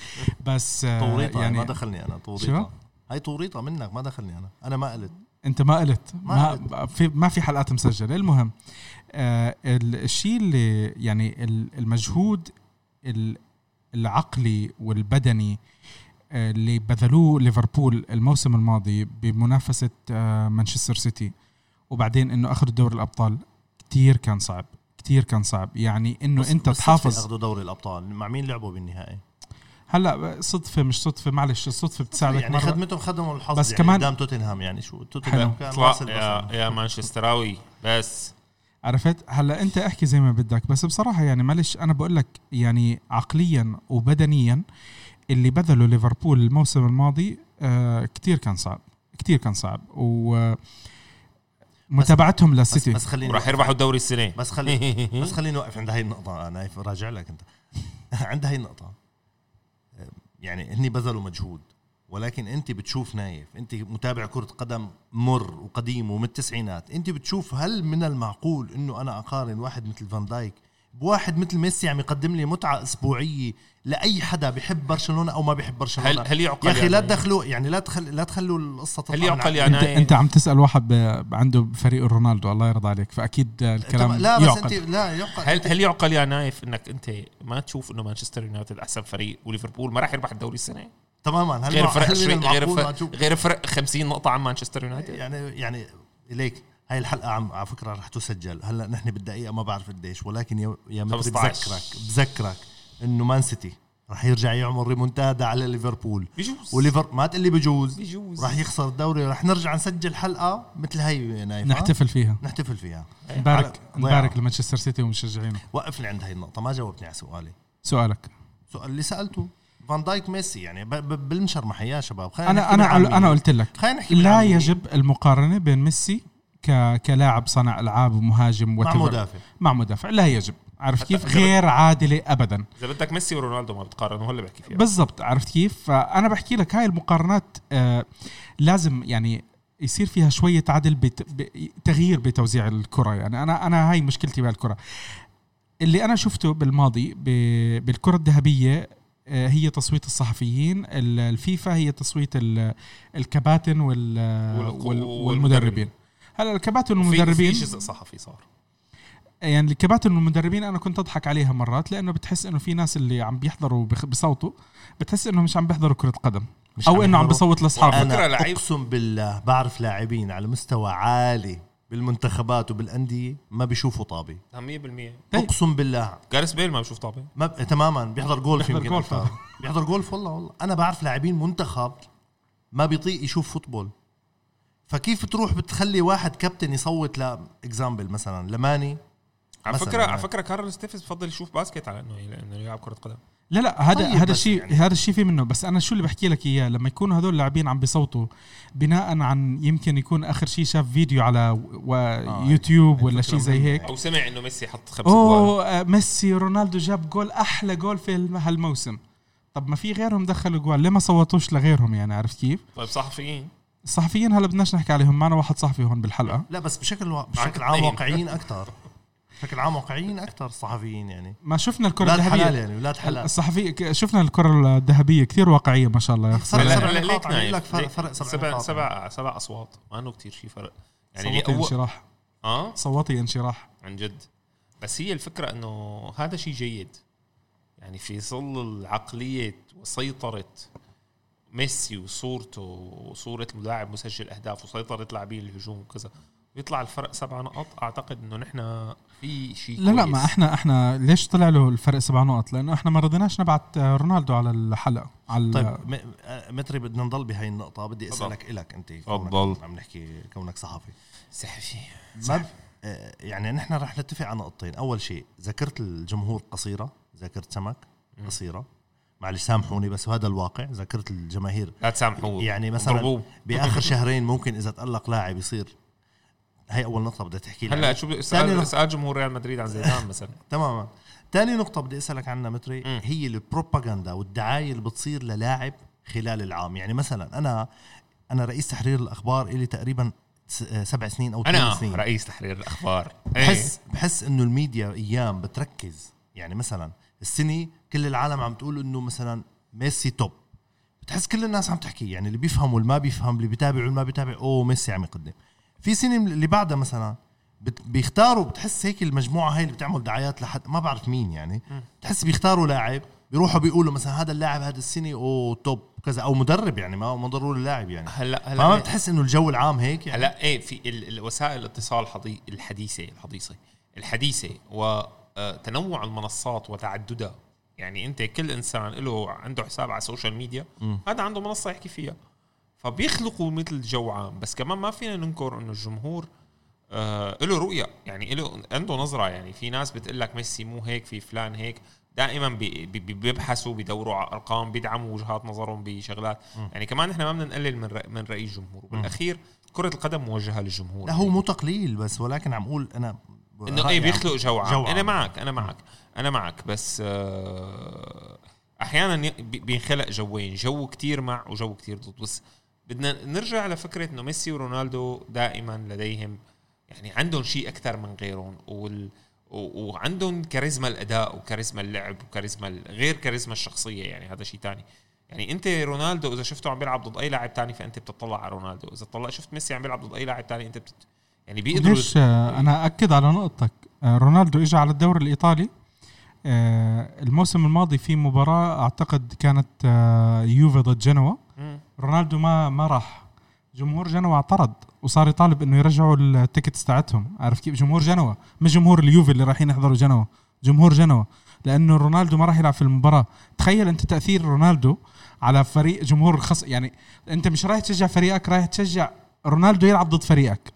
بس آه
توريطه يعني ما
يعني
دخلني انا
شو؟
توريطه هاي توريطه منك ما دخلني انا انا ما قلت
انت ما قلت
ما
ما, في ما في حلقات مسجله المهم آه ال- الشيء اللي يعني ال- المجهود ال- العقلي والبدني آه، اللي بذلوه ليفربول الموسم الماضي بمنافسه آه، مانشستر سيتي وبعدين انه اخذوا دوري الابطال كتير كان صعب كتير كان صعب يعني انه
بس-
انت
بالصدفة
تحافظ
اخذوا دوري الابطال مع مين لعبوا بالنهائي
هلا صدفه مش صدفه معلش الصدفه بتساعدك
يعني
مرة.
خدمتهم خدموا الحظ
بس
بس يعني
كمان-
كمان قدام توتنهام يعني شو توتنهام
حلو.
كان
اطلع
واصل
يا,
بس
يا مانشستراوي بس
عرفت هلا انت احكي زي ما بدك بس بصراحه يعني معلش انا بقول لك يعني عقليا وبدنيا اللي بذلوا ليفربول الموسم الماضي آه كتير كان صعب كتير كان صعب و متابعتهم
بس,
للسيتي
بس خليني
وراح يربحوا الدوري السنه
بس خليني بس خليني نوقف عند هاي النقطة أنا نايف راجع لك أنت عند هاي النقطة يعني هني بذلوا مجهود ولكن أنت بتشوف نايف أنت متابع كرة قدم مر وقديم ومن التسعينات أنت بتشوف هل من المعقول أنه أنا أقارن واحد مثل فان دايك بواحد مثل ميسي عم يقدم لي متعة أسبوعية لأي حدا بيحب برشلونة أو ما بيحب برشلونة
هل هل يعقل
يا أخي لا
يعني-
تدخلوا يعني لا تخل لا تخلوا القصة تطلع
هل
من
يعقل
عندي.
يا
انت
نايف
انت عم تسال واحد ب- عنده فريق رونالدو الله يرضى عليك فاكيد الكلام
طبعاً لا بس
يعقل.
أنت لا يعقل
هل هل يعقل يا نايف انك انت ما تشوف انه مانشستر يونايتد احسن فريق وليفربول ما راح يربح الدوري السنه
تماما هل
غير
مع-
فرق
هل من
شوي غير
المعقول ما
فرق
تشوف-
غير فرق 50 نقطه عن مانشستر يونايتد
يعني يعني اليك هاي الحلقه عم على فكره رح تسجل هلا نحن بالدقيقه ما بعرف قديش ولكن يا يا متري
15.
بذكرك بذكرك انه مان سيتي رح يرجع يعمل ريمونتادا على ليفربول
بيجوز
وليفر ما تقلي بجوز
بيجوز
رح يخسر الدوري رح نرجع نسجل حلقه مثل هي نايفه
نحتفل فيها
نحتفل فيها
نبارك
أه، على-
نبارك
ضيعة.
لمانشستر سيتي ومشجعينه
وقفني عند هاي النقطه ما جاوبتني على سؤالي
سؤالك
سؤال اللي سالته فان دايك ميسي يعني ب- ب- بالمشر محياه شباب خلينا
انا انا انا قلت لك
خلينا نحكي
لا
بالعامية.
يجب المقارنه بين ميسي ك... كلاعب صنع العاب ومهاجم
مع
whatever.
مدافع
مع مدافع لا يجب عرفت كيف
غير-
غير عادله ابدا
اذا بدك ميسي ورونالدو ما بتقارنوا هلا بحكي فيها
بالضبط عرفت كيف فانا بحكي لك هاي المقارنات آه لازم يعني يصير فيها شويه عدل بت... ب... تغيير بتوزيع الكره يعني انا انا هاي مشكلتي بهالكره اللي انا شفته بالماضي ب... بالكره الذهبيه آه، هي تصويت الصحفيين ال- الفيفا هي تصويت ال- الكباتن وال...
آه،
والق-
وال... والمدربين
والمدربين.
هلا الكباتن
في في
والمدربين
جزء صحفي صار
يعني الكباتن والمدربين انا كنت اضحك عليها مرات لانه بتحس انه في ناس اللي عم بيحضروا بخ- بصوتوا بتحس انه مش عم بيحضروا كره قدم
مش
او انه عم
يحضروا.
بصوت لاصحابه
فكرة
انا
لعيب.
اقسم بالله بعرف لاعبين على مستوى عالي بالمنتخبات وبالانديه ما بيشوفوا طابه
100%
طيب.
اقسم بالله
جاريس بيل ما بشوف طابه
ما ب... تماما بيحضر جولف
بيحضر
يمكن
جولف،
أكتر. بيحضر جولف والله والله انا بعرف لاعبين منتخب ما بيطيق يشوف فوتبول فكيف تروح بتخلي واحد كابتن يصوت لاكزامبل مثلا لماني
على
مثلاً
فكره
يعني.
على فكره كارل ستيفنز بفضل يشوف باسكت على انه يلعب- انه يلعب كره قدم
لا لا هذا
طيب
هذا
بس
الشيء
يعني.
هذا الشيء في منه بس انا شو اللي بحكي لك اياه لما يكونوا هذول اللاعبين عم بصوتوا بناء عن يمكن يكون اخر شيء شاف فيديو على و-
آه،
و- يوتيوب
يعني
ولا شيء زي هيك
او سمع انه ميسي حط خمس جوال
اوه آه، ميسي رونالدو جاب جول احلى جول في الم- هالموسم طب ما في غيرهم دخلوا جوال ليه ما صوتوش لغيرهم يعني عرفت كيف
طيب صحفيين
الصحفيين هلا بدناش نحكي عليهم معنا واحد صحفي هون بالحلقه
لا بس بشكل و... بشكل عام
اثنين.
واقعيين اكثر بشكل عام واقعيين اكثر الصحفيين يعني
ما شفنا الكره
اولاد حلال
الذهبيه
يعني اولاد حلال
الصحفي ك- شفنا الكره الذهبيه كثير واقعيه ما شاء الله يا
خسر
اخي
سبع
لا، لا،
نقاط،
ليك
عم يقول
نايف.
لك فرق-
ليك
فرق سبع
سبع
نقاط.
سبع سبع اصوات ما انه كثير شيء فرق يعني اللي
صوتي
أول
انشراح
اه
صوتي انشراح
عن جد بس هي الفكره انه هذا شيء جيد يعني في ظل العقليه وسيطره ميسي وصورته وصوره لاعب مسجل اهداف وسيطره لاعبين الهجوم وكذا ويطلع الفرق سبع نقط اعتقد انه نحن في شيء
لا لا
كويس.
ما احنا احنا ليش طلع له الفرق سبع نقط لانه احنا ما رضيناش نبعت آه، رونالدو على الحلقه على
طيب
طيب.
م- آه، متري بدنا نضل بهي النقطة بدي
نعم. تفضل.
اسألك إلك أنت كونك
تفضل.
عم نحكي كونك صحفي
صحفي
ما ب- آه، يعني نحن رح نتفق على نقطتين أول شيء ذاكرة الجمهور قصيرة ذاكرة سمك قصيرة معلش سامحوني بس هذا الواقع ذاكرة الجماهير
لا تسامحوه
يعني مثلا
ضربوه.
بآخر شهرين ممكن إذا تألق لاعب يصير هاي أول نقطة بدي تحكي لي
هلا
عنها.
شو بدي
ثاني
اسال
نقطة.
اسال جمهور ريال مدريد عن زيدان مثلا
تماما تاني نقطة بدي أسألك عنها متري
مم.
هي البروباغندا والدعاية اللي بتصير للاعب خلال العام يعني مثلا أنا أنا رئيس تحرير الأخبار إلي تقريبا س- سبع سنين أو ثمان
انا
سنين
رئيس تحرير الاخبار إيه.
بحس بحس إنه الميديا أيام بتركز يعني مثلا السنة كل العالم عم تقول إنه مثلا ميسي توب بتحس كل الناس عم تحكي يعني اللي بيفهم واللي ما بيفهم اللي بيتابع واللي ما بيتابع أوه ميسي عم يقدم في سنة من اللي بعدها مثلا بت- بيختاروا بتحس هيك المجموعه هاي اللي بتعمل دعايات لحد ما بعرف مين يعني بتحس بيختاروا لاعب بيروحوا بيقولوا مثلا هذا اللاعب هذا السنه او توب كذا او مدرب يعني ما ما ضروري اللاعب يعني
هلا هلا
ما بتحس انه الجو العام هيك يعني
هلا ايه في ال- الوسائل الاتصال الحضي- الحديثه الحديثه الحديثه وتنوع آه، المنصات وتعددها يعني انت كل انسان له عنده حساب على السوشيال ميديا
مم.
هذا عنده منصه يحكي فيها فبيخلقوا مثل جو عام بس كمان ما فينا ننكر انه الجمهور آه له رؤيه يعني له عنده نظره يعني في ناس بتقول لك ميسي مو هيك في فلان هيك دائما بي- بي- بي- بيبحثوا بيدوروا على ارقام بيدعموا وجهات نظرهم بشغلات يعني كمان احنا ما بدنا نقلل من رأي من راي الجمهور بالاخير كره القدم موجهه للجمهور
لا هو مو تقليل بس ولكن عم اقول انا
انه
رأيي
ايه
عم-
بيخلق جو عام.
جو
انا
عام.
معك انا معك انا معك بس آه، احيانا ي- بي- بينخلق جوين جو كتير مع وجو كتير ضد بس بدنا نرجع لفكره انه ميسي ورونالدو دائما لديهم يعني عندهم شيء اكثر من غيرهم وال و- وعندهم كاريزما الاداء وكاريزما اللعب وكاريزما ال- غير كاريزما الشخصيه يعني هذا شيء تاني يعني انت رونالدو اذا شفته عم بيلعب ضد اي لاعب تاني فانت بتطلع على رونالدو اذا طلع شفت ميسي عم بيلعب ضد اي لاعب تاني انت بت... يعني بيقدروا
ليش آه، انا اكد على نقطتك آه، رونالدو اجى على الدوري الايطالي آه، الموسم الماضي في مباراه اعتقد كانت آه، يوفي ضد جنوا
مم.
رونالدو ما ما راح جمهور جنوا اعترض وصار يطالب انه يرجعوا التيكتس تاعتهم عارف كيف جمهور جنوة مش جمهور اليوفي اللي رايحين يحضروا جنوة جمهور جنوة لانه رونالدو ما راح يلعب في المباراه تخيل انت تاثير رونالدو على فريق جمهور خص يعني انت مش رايح تشجع فريقك رايح تشجع رونالدو يلعب ضد فريقك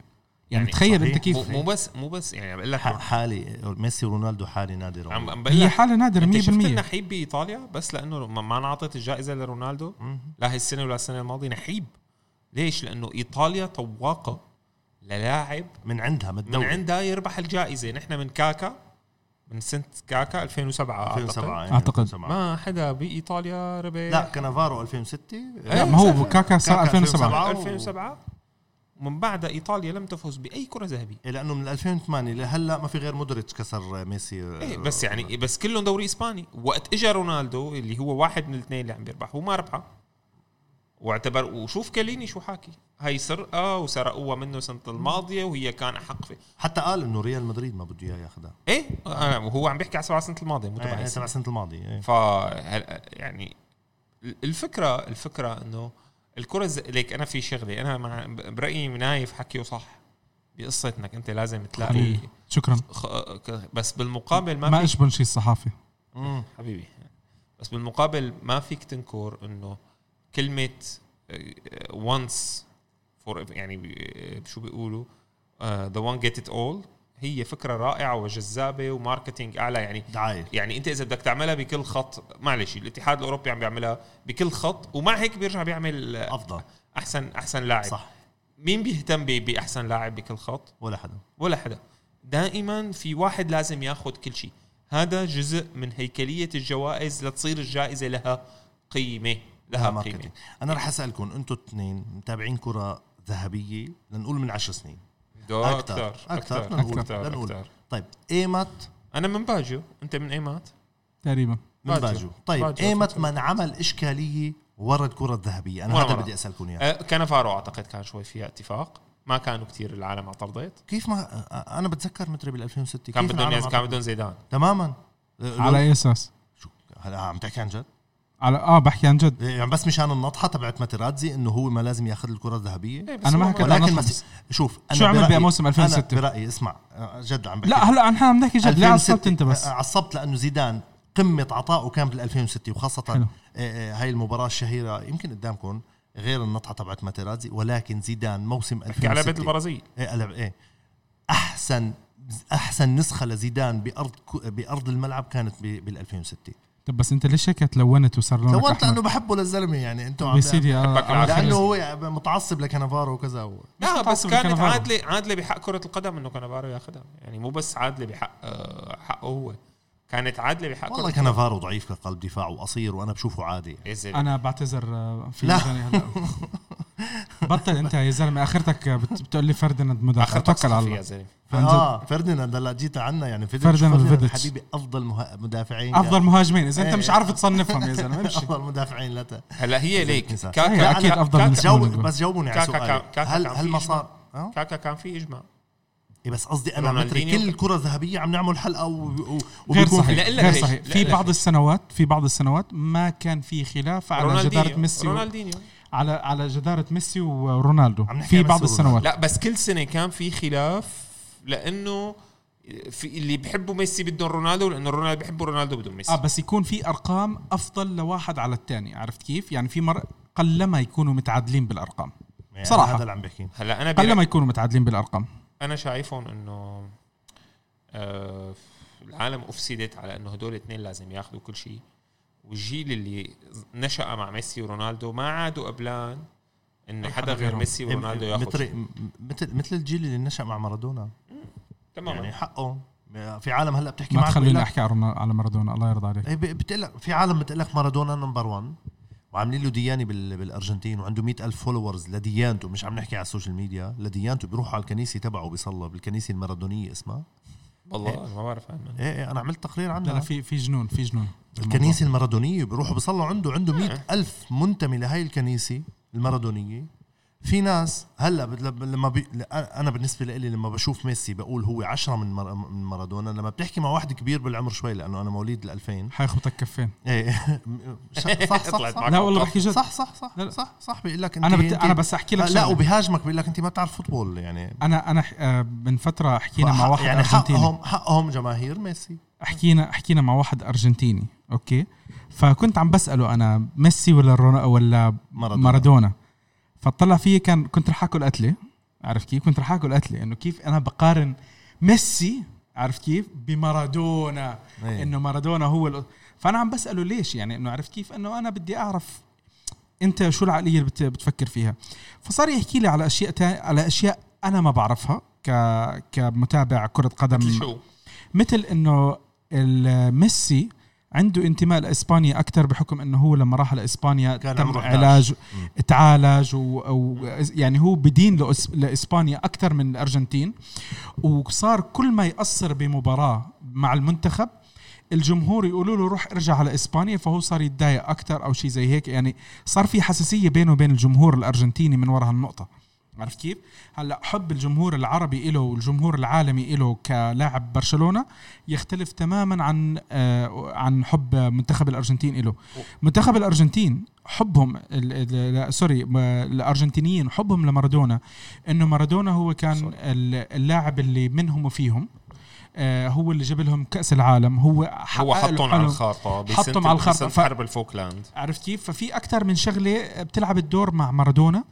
يعني,
يعني
تخيل
صحيح.
انت كيف
مو مو بس مو بس يعني بقول لك
ح- حالي ميسي ورونالدو حالي نادي
عم
رونالدو
عم بقول
هي
لك
حاله نادره 100%
انت يعني شفت النحيب بايطاليا بس لانه ما ما انعطت الجائزه لرونالدو
مهم.
لا هي السنه ولا السنه الماضيه نحيب ليش؟ لانه ايطاليا طواقه للاعب
من عندها من
من
الدوري
عندها يربح الجائزه نحن من كاكا من سنه كاكا 2007 أعتقد.
2007 يعني
أعتقد.
2007.
ما حدا بايطاليا ربح
لا كانافارو 2006
لا ما
إيه.
هو كاكا سنه 2007
و-
2007 ومن بعدها ايطاليا لم تفز باي كره ذهبيه
إيه، لانه من 2008 لهلا ما في غير مودريتش كسر ميسي
إيه بس يعني بس كلهم دوري اسباني وقت اجى رونالدو اللي هو واحد من الاثنين اللي عم بيربح وما ربحه واعتبر وشوف كليني شو حاكي هاي سرقه وسرقوها منه سنه الماضيه وهي كان احق فيه
حتى قال انه ريال مدريد ما بده اياه ياخذها
ايه أنا وهو عم بيحكي على سبعة سنه الماضيه مو تبع
إيه، إيه،
هاي
تبع
السنة.
السنه الماضيه إيه.
ف هل- يعني الفكره الفكره انه الكره الز- ليك انا في شغله انا مع برايي نايف حكيه صح بقصه انك انت لازم تلاقي
حبيبي. شكرا
خ... ك- بس بالمقابل ما,
إيه، ما
ما في
اشبن شيء الصحافه
مم.
حبيبي بس بالمقابل ما فيك تنكر انه كلمه وانس فور يعني ب- شو بيقولوا آه، ذا وان جيت ات اول هي فكره رائعه وجذابه وماركتينج اعلى يعني
دعايه
يعني انت اذا بدك تعملها بكل خط معلش الاتحاد الاوروبي عم بيعملها بكل خط ومع هيك بيرجع بيعمل
افضل
احسن احسن لاعب
صح
مين بيهتم ب- باحسن لاعب بكل خط
ولا حدا
ولا حدا دائما في واحد لازم ياخذ كل شيء هذا جزء من هيكليه الجوائز لتصير الجائزه لها قيمه لها
لا
قيمه
ماركتينج. انا رح اسالكم انتم الاثنين متابعين كره ذهبيه لنقول من 10 سنين
اكثر
اكثر
اكثر
لنقول
اكثر
لنقول
أكتر.
طيب ايمت
انا من باجو انت من ايمات
تقريبا
من
باجو.
باجو طيب
باجو.
ايمت من عمل اشكاليه ورا الكره الذهبيه انا
ولا
هذا
مرة.
بدي اسالكم اياه
آه، كانافارو اعتقد كان شوي فيها اتفاق ما كانوا كثير العالم اعترضت
كيف ما انا بتذكر متري بال 2006
كان
كيف
بدهم
العالم
يز- كان
عم-
بدهم زيدان
تماما
على اي اساس؟
شو هلا عم تحكي عن جد؟
على اه بحكي عن جد
يعني بس مشان النطحه تبعت ماتيراتزي انه هو ما لازم ياخذ الكره الذهبيه
إيه، بس
انا ما
هو
حكيت عن
ولكن
نطحة،
مس... شوف
شو عمل
برأيي-
بموسم 2006
انا برايي اسمع آه، جد عم بحكي
لا هلا نحن عم نحكي جد لا
2006
عصبت انت بس
آه، عصبت لانه زيدان قمه عطائه كان بال 2006 وخاصه
حلو.
آه، آه، هاي المباراه الشهيره يمكن قدامكم غير النطحه تبعت ماتيراتزي ولكن زيدان موسم
بحكي
2006
على بيت البرازيل
ايه ألعب ايه احسن احسن نسخه لزيدان بارض كو- بارض الملعب كانت بال 2006
طب بس انت ليش هيك تلونت وصار لونك
سويت لانه
احمر؟
بحبه للزلمه يعني انتم
يا سيدي آه،
حبك
آه،
لانه
خلص.
هو يعني متعصب لكنافارو وكذا هو
لا بس
متعصب
كانت
لكانافارو.
عادله عادله بحق كره القدم انه كانافارو ياخذها يعني مو بس عادله بحق آه، حقه هو كانت عادله بحق
والله
كره
كنافارو ضعيف كقلب دفاع وقصير وانا بشوفه عادي يعني.
القدم
انا بعتذر آه، في
لا.
ميزاني هلا بطل انت يا زلمه اخرتك بت- بتقول لي فردناند مدافع توكل على
يا
الله
زلمه
عن جد.
اه فرديناند هلا جيت عنا يعني فيديتش
فرديناند
فرديناند
فيديتش.
حبيبي افضل مه... مدافعين
افضل مهاجمين اذا انت
إيه.
مش عارف تصنفهم يا زلمه امشي
افضل مدافعين لتا
هلا هي ليك
نساء.
هي
كاكا
أيوة، أكيد
كاكا-
أفضل من
كاكا-
جو...
مهاجم.
بس جاوبوني على
كاكا كان-
سؤالي
كاكا
هل
كان
هل
في
ما
إجماع.
صار اه
كاكا كان في اجماع
إيه بس قصدي انا متري
رونالدينيو
كل الكره الذهبيه عم نعمل حلقه و... و...
غير
وبيكون في-
صحيح
لا، لا،
غير
ليش؟
صحيح
لا،
في
لا،
بعض
ليش؟
السنوات في بعض السنوات ما كان في خلاف على جداره
رونالدينيو
ميسي و-
رونالدينيو
على على جداره ميسي ورونالدو
عم نحكي
في
عن
بعض
ميسي
السنوات
لا بس كل سنه كان في خلاف لانه في اللي بيحبوا ميسي بدهم رونالدو لانه رونالدو بيحبوا رونالدو بدهم
اه
ميسي
بس يكون في ارقام افضل لواحد على الثاني عرفت كيف يعني في مر قلما يكونوا متعادلين بالارقام
يعني
صراحة.
هذا اللي عم بحكي
هلا انا برأيي-
قلما يكونوا متعادلين بالارقام
انا شايفهم انه آه العالم افسدت على انه هدول الاثنين لازم ياخذوا كل شيء والجيل اللي نشأ مع ميسي ورونالدو ما عادوا قبلان
طيب،
انه حدا غير
غيرهم.
ميسي ورونالدو ياخذ
متري مثل مثل الجيل اللي نشأ مع مارادونا يعني
تماما
حقه في عالم هلا بتحكي
ما
معك بقول
تخلوني
لك-
احكي على رونا- على مارادونا الله يرضى عليك
إيه ب- بتقول لك في عالم بتقول لك مارادونا نمبر 1 وعاملين له ديانه بال- بالارجنتين وعنده مئة ألف فولورز لديانته مش عم نحكي على السوشيال ميديا لديانته بيروحوا على الكنيسه تبعه بيصلى بالكنيسه المارادونيه اسمها
والله أنا ما بعرف عنه
ايه ايه انا عملت تقرير
لا لا
عنها
في في جنون في جنون
الكنيسه المارادونيه بيروحوا بيصلوا عنده عنده مئة ألف منتمي لهي الكنيسه المارادونيه في ناس هلا بد- لب- لما بي انا بالنسبه لي لما بشوف ميسي بقول هو عشرة من مر... من مارادونا لما بتحكي مع واحد كبير بالعمر شوي لانه انا مواليد ال 2000
حيخبطك كفين
ايه صح صح صح
طلعت
صح
معك
لا والله
بالطرف.
بحكي جد
صح صح صح
لا لا.
صح صح بيقول لك انت
انا بت...
أنت-
انا بس احكي لك
لا
شغلة.
وبيهاجمك بيقول لك انت ما بتعرف فوتبول يعني
انا انا ح- آه، من فتره حكينا مع
فحق-
واحد
يعني
ارجنتيني
حقهم حقهم جماهير ميسي
حكينا حكينا مع واحد ارجنتيني اوكي فكنت عم بساله انا ميسي ولا رونا ولا
مارادونا.
مارادونا فطلع فيي كان كنت رح اكل قتله عارف كيف كنت رح اكل قتله انه كيف انا بقارن ميسي عارف كيف بمارادونا
إيه.
انه مارادونا هو ال... فانا عم بساله ليش يعني انه عرفت كيف انه انا بدي اعرف انت شو العقليه اللي بت... بتفكر فيها فصار يحكي لي على اشياء تا... على اشياء انا ما بعرفها ك... كمتابع كره قدم
مثل شو
مثل انه ال- ميسي عنده انتماء لاسبانيا اكثر بحكم انه هو لما راح لاسبانيا
كان
تم
عمره 11.
علاج تعالج و... و... يعني هو بدين لأس... لاسبانيا اكثر من الارجنتين وصار كل ما يأثر بمباراه مع المنتخب الجمهور يقولوا له روح ارجع على اسبانيا فهو صار يتضايق اكثر او شيء زي هيك يعني صار في حساسيه بينه وبين الجمهور الارجنتيني من وراء هالنقطه عرفت كيف؟ هلا حب الجمهور العربي له والجمهور العالمي له كلاعب برشلونه يختلف تماما عن آه عن حب منتخب الارجنتين له. منتخب الارجنتين حبهم ال- ال- لا، سوري ما- الارجنتينيين حبهم لمارادونا انه مارادونا هو كان
سوري.
ال- اللاعب اللي منهم وفيهم آه هو اللي جاب لهم كاس العالم هو
هو
حقق له
حطهم على
حلم.
الخارطه بسنة-
حطهم على الخارطة.
بسنة
ف-
حرب الفوكلاند
عرفت كيف؟ ففي اكثر من شغله بتلعب الدور مع مارادونا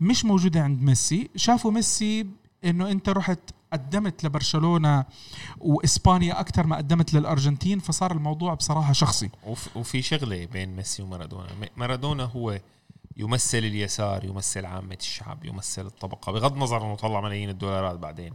مش موجوده عند ميسي، شافوا ميسي انه انت رحت قدمت لبرشلونه واسبانيا اكثر ما قدمت للارجنتين فصار الموضوع بصراحه شخصي،
وف- وفي شغله بين ميسي ومارادونا م- مارادونا هو يمثل اليسار يمثل عامة الشعب يمثل الطبقة بغض النظر انه طلع ملايين الدولارات بعدين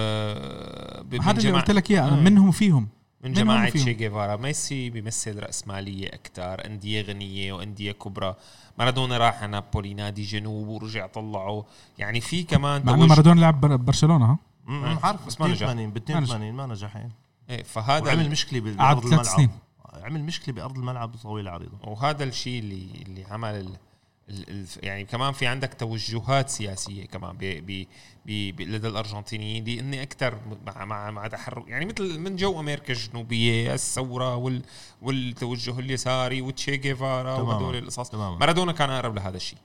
آه ب- من
هذا اللي
جماعة-
قلت لك اياه انا
آه،
منهم فيهم
من
منهم
جماعة
فيهم.
شي جيفارا ميسي بيمثل رأسمالية أكتر أندية غنية وأندية كبرى مارادونا راح على نابولي نادي جنوب ورجع طلعه يعني في كمان
مع انه
توجه-
مارادونا لعب بر- برشلونه ها؟
أمم، عارف
بس ما نجح.
82 ب 82 ما نجحين
إيه، فهذا
وعمل مشكله بال-
قعد
بارض
ثلاث
الملعب
سنين.
عمل مشكله بارض الملعب طويله عريضه
وهذا الشيء اللي اللي عمل ال ال- ال- يعني كمان في عندك توجهات سياسيه كمان بي بي بي بي لدى الارجنتينيين لاني اكثر مع مع مع تحرك يعني مثل من جو امريكا الجنوبيه الثوره وال والتوجه اليساري وتشي جيفارا
تماماً.
وهدول القصص
تماماً.
مارادونا كان اقرب لهذا الشيء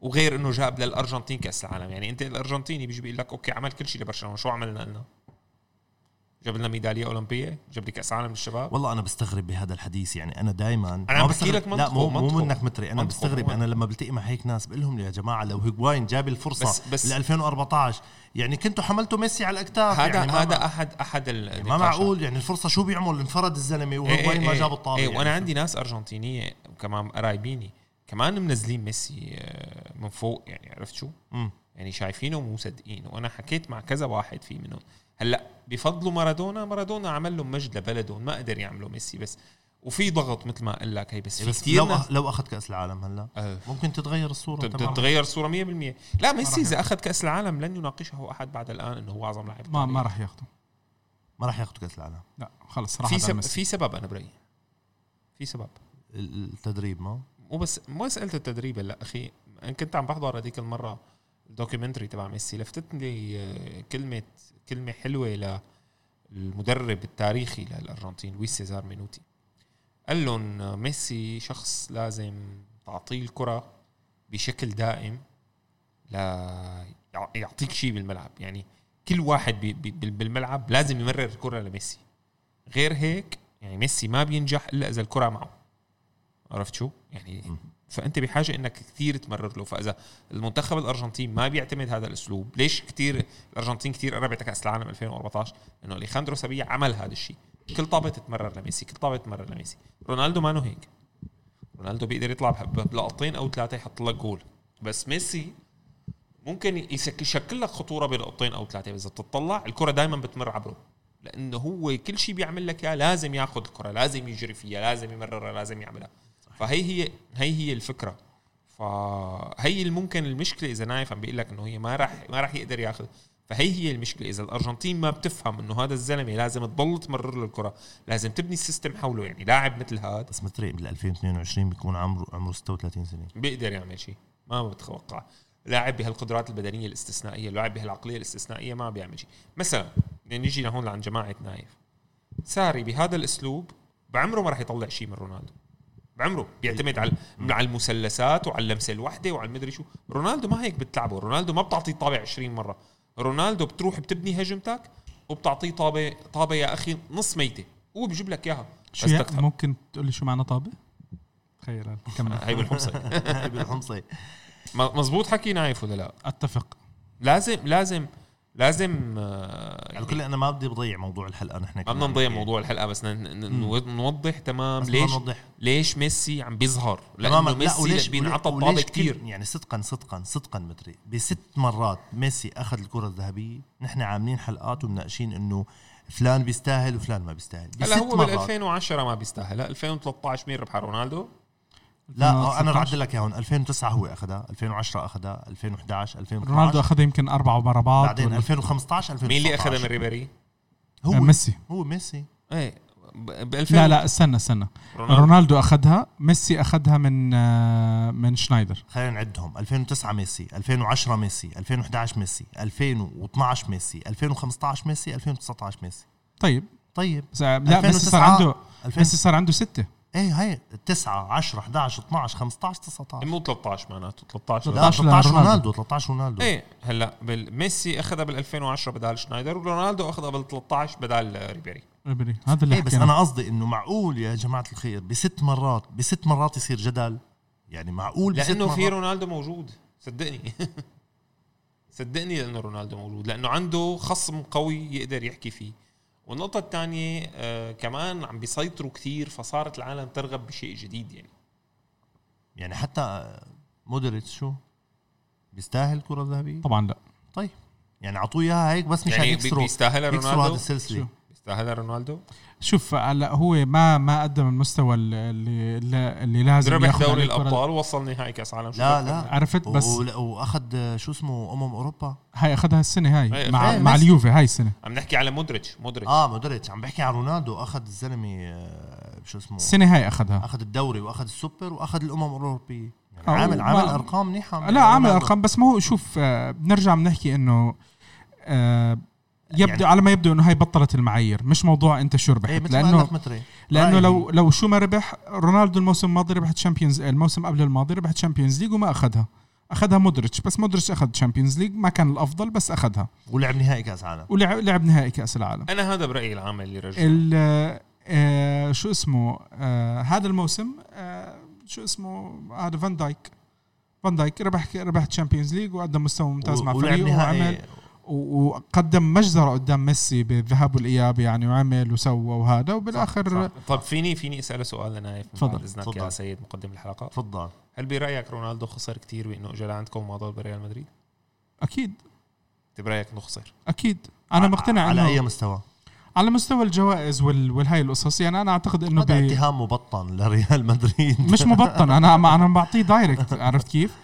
وغير انه جاب للارجنتين كاس العالم يعني انت الارجنتيني بيجي بيقول لك اوكي عمل كل شيء لبرشلونه شو عملنا لنا؟ جاب لنا ميداليه اولمبيه جاب لي كاس عالم للشباب
والله انا بستغرب بهذا الحديث يعني انا دائما
عم بحكي لك
لا
منطقه-
مو مو
منطقه.
منك متري انا
منطقه،
بستغرب
منطقه.
انا لما بلتقي مع هيك ناس بقول لهم يا جماعه لو هيجواين جاب الفرصه
بس-
بس
بس-
بس 2014 يعني كنتوا حملتوا ميسي على الاكتاف
هذا
يعني ما-
هذا احد احد
ما
النقاشات.
معقول يعني الفرصه شو بيعمل انفرد الزلمه وهيجواين ما جاب الطابه
ايه
يعني.
وانا عندي ناس ارجنتينيه كمان قرايبيني كمان منزلين ميسي آه، من فوق يعني عرفت شو؟
أمم.
يعني شايفينه ومو صادقين وانا حكيت مع كذا واحد في منهم هلا بفضلوا مارادونا مارادونا عمل لهم مجد لبلدهم ما قدر يعملوا ميسي بس وفي ضغط مثل ما قال لك هي بس في
بس
كثير
لو
ناس-
أخ- لو اخذ كاس العالم هلا
آه،
ممكن تتغير الصوره
تت-
تماما
تتغير الصوره 100% لا
راح
ميسي اذا اخذ كاس العالم لن يناقشه احد بعد الان انه هو اعظم لاعب
ما
تاريخ.
ما راح ياخذه
ما راح ياخذ كاس العالم
لا خلص راح
في
على
سب...
ميسي
في سبب انا برايي في سبب
ال- التدريب ما
مو بس مو مساله التدريب لا اخي انا كنت عم بحضر هذيك المره الدوكيومنتري تبع ميسي لفتتني آه، كلمه كلمه حلوه للمدرب التاريخي للارجنتين لويس سيزار مينوتي قال لهم آه، ميسي شخص لازم تعطيه الكره بشكل دائم لا يع- يعطيك شيء بالملعب يعني كل واحد بي- بي- بال- بالملعب لازم يمرر الكره لميسي غير هيك يعني ميسي ما بينجح الا اذا الكره معه عرفت شو؟ يعني
مم.
فانت بحاجه انك كثير تمرر له فاذا المنتخب الارجنتين ما بيعتمد هذا الاسلوب ليش كثير الارجنتين كثير قربت كاس العالم 2014 انه اليخاندرو سبيع عمل هذا الشيء كل طابه تتمرر لميسي كل طابه تتمرر لميسي رونالدو ما هيك رونالدو بيقدر يطلع بح- بلقطتين او ثلاثه يحط لك جول بس ميسي ممكن يسك- يشكل لك خطوره بلقطتين او ثلاثه بس إذا بتطلع الكره دائما بتمر عبره لانه هو كل شيء بيعمل لك اياه لازم ياخذ الكره لازم يجري فيها لازم يمررها لازم يعملها فهي هي هي هي الفكره فهي الممكن المشكله اذا نايف عم بيقول لك انه هي ما راح ما راح يقدر ياخذ فهي هي المشكله اذا الارجنتين ما بتفهم انه هذا الزلمه لازم تضل تمرر له الكره لازم تبني السيستم حوله يعني لاعب مثل هذا
بس متريق بال 2022 بيكون عمره عمره 36 سنه
بيقدر يعمل شيء ما بتوقع لاعب بهالقدرات البدنيه الاستثنائيه لاعب بهالعقليه الاستثنائيه ما بيعمل شيء مثلا بدنا نيجي لهون لعن جماعه نايف ساري بهذا الاسلوب بعمره ما راح يطلع شيء من رونالدو بعمره بيعتمد على على المثلثات وعلى اللمسه الواحده وعلى المدري شو رونالدو ما هيك بتلعبه رونالدو ما بتعطيه طابع 20 مره رونالدو بتروح بتبني هجمتك وبتعطيه طابه طابه يا اخي نص ميته هو بجيب لك اياها
شو
بس
يا-
بدك-
ممكن تقول لي شو معنى طابه؟ تخيل أنا. كمل
هاي بالحمصه
بالحمصه
م- مزبوط حكي نايف ولا لا
اتفق
لازم لازم لازم آه،
على
يعني
كل انا ما بدي بضيع موضوع الحلقه نحن
ما بدنا نضيع موضوع الحلقه بس ن- ن- ن- نوضح تمام
ليش
ليش
نوضح
ليش ميسي عم بيظهر لانه
تماما لا
ميسي
وليش
بينعطى
وليش-
الطابه
وليش
كثير
كل- يعني صدقا صدقا صدقا مدري بست مرات ميسي اخذ الكره الذهبيه نحن عاملين حلقات ومناقشين انه فلان بيستاهل وفلان ما بيستاهل بست
هلا هو بال
مرات
2010 ما بيستاهل لا 2013 مين ربح رونالدو
لا آه، انا رح اعدل لك اياهم 2009 هو اخذها 2010 اخذها 2011
رونالدو
2012
اخذها يمكن اربعه ورا بعض
بعدين
ولا-
2015 2019
مين اللي اخذها من ريبيري
آه،
هو
ميسي
هو ميسي
ايه ب 2000
لا لا استنى استنى
رونالدو
رونالدو اخذها ميسي اخذها من آه، من شنايدر
خلينا نعدهم 2009 ميسي 2010 ميسي 2011 ميسي 2012 ميسي 2015 ميسي 2019 ميسي
طيب
طيب
بس- لا ميسي
2009
صار عنده
2000
ميسي صار عنده سته
ايه هي 9 10 11 12 15 19
مو 13 معناته 13
لا
13
13
لرونالدو.
رونالدو 13 رونالدو
ايه هلا بال- ميسي اخذها بال 2010 بدال شنايدر ورونالدو اخذها بال 13 بدال ريبيري
ريبيري هذا اللي
إيه،
ايه بس
حكينا
انا قصدي انه معقول يا جماعه الخير بست مرات بست مرات يصير جدل يعني معقول بست
لانه في
مرات
رونالدو موجود صدقني صدقني لانه رونالدو موجود لانه عنده خصم قوي يقدر يحكي فيه والنقطة الثانية آه كمان عم بيسيطروا كثير فصارت العالم ترغب بشيء جديد يعني
يعني حتى مودريتش شو بيستاهل الكره الذهبيه
طبعا لا
طيب يعني اعطوه اياها هيك بس مشان
يعني بي-
يكسروا
بيستاهلها
يكسروا هذا
رونالدو
السلسله
شو؟
بيستاهلها رونالدو
شوف هلا هو ما ما قدم المستوى اللي اللي, اللي لازم
ربح
ياخذ
دوري
عليه الكرة.
الابطال وصل نهائي كاس عالم شو
لا
بدك
لا
عرفت بس
و- واخذ شو اسمه امم اوروبا
هاي اخذها السنه هاي
هاي
مع
أخذها
مع
إيه، ميسي.
اليوفي هاي السنه
عم نحكي على مودريتش مودريتش
اه مودريتش عم بحكي عن رونالدو اخذ الزلمه آه، شو اسمه
السنه هاي اخذها
اخذ الدوري واخذ السوبر واخذ الامم الاوروبيه يعني
آه،
عامل
ما-
عامل ارقام منيحه
لا عامل
رونالدو.
ارقام بس ما هو شوف آه، بنرجع بنحكي انه آه، يبدو
يعني-
يعني على ما يبدو انه هاي بطلت المعايير مش موضوع انت شو
ايه
ربحت
مثل ما
لانه
قال متري
لانه
رأيي.
لو لو شو ما ربح رونالدو الموسم الماضي ربح تشامبيونز الموسم قبل الماضي ربح تشامبيونز ليج وما اخذها اخذها مودريتش بس مودريتش اخذ تشامبيونز ليج ما كان الافضل بس اخذها
ولعب نهائي كاس عالم
ولعب لعب نهائي كاس العالم
آه.
انا هذا برايي العام اللي رجع
ال آه، شو اسمه آه، هذا الموسم آه، شو اسمه هذا فان دايك فان دايك ربح ربح تشامبيونز ليج وقدم مستوى ممتاز
و-
مع
ولعب
فريقه وعمل
نهائي
و- وقدم مجزره قدام ميسي بالذهاب والاياب يعني وعمل وسوى وهذا
صح،
وبالاخر
صح.
طب فيني فيني اساله سؤال لنايف من
تفضل.
بعد اذنك يا
تفضل.
سيد مقدم الحلقه
تفضل
هل برايك رونالدو خسر كثير بانه اجى لعندكم وما ضل بريال مدريد؟
اكيد
انت برايك انه خسر؟
اكيد انا مقتنع
على
إنه-
اي مستوى
على مستوى الجوائز وال... والهاي القصص يعني انا اعتقد انه
هذا
ب...
اتهام مبطن لريال مدريد
مش مبطن انا ما انا بعطيه دايركت عرفت كيف؟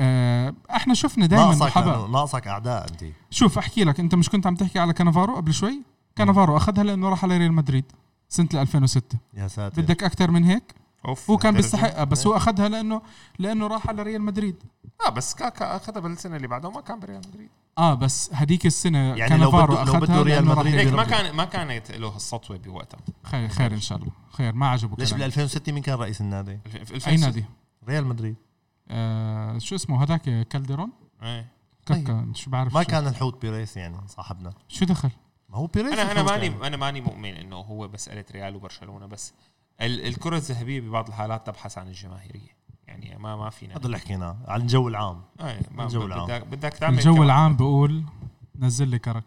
آه، احنا شفنا دائما
ناقصك
محبة
لأنه- ناقصك اعداء انت
شوف احكي لك انت مش كنت عم تحكي على كانافارو قبل شوي؟ كانافارو اخذها لانه راح على ريال مدريد سنه 2006
يا ساتر
بدك اكثر من هيك
اوف
هو كان
لهالدرجة؟
بيستحقها بس هو اخذها لانه لانه راح على ريال مدريد
لا آه، بس كاكا اخذها بالسنه اللي بعده ما كان بريال مدريد
اه بس هديك السنه
يعني
يعني
لو
كانافارو
بده- لو
اخذها
بده ريال
لأنه راح
مدريد
على
ليك
يقدر-
إيه، ما كان ما كانت له هالسطوه بوقتها
خير خير ان شاء الله خير ما عجبه
ليش بال
كلامي.
2006 مين كان رئيس النادي؟
الف- الف-
اي
الفين
نادي
ريال مدريد
آه شو اسمه هذاك كالديرون
ايه.
كاكا شو بعرف
أيوه. ما
شو.
كان الحوت بيريس يعني صاحبنا
شو دخل
ما هو بيريس
انا انا
الحوت
ماني
يعني.
انا ماني مؤمن انه هو مساله ريال وبرشلونه بس ال- الكره الذهبيه ببعض الحالات تبحث عن الجماهيريه يعني ما ما فينا
هذا اللي حكيناه عن الجو العام
ايه ما
الجو العام.
بدك بدك تعمل
الجو
إيه؟ كمان.
العام بقول نزل لي كرك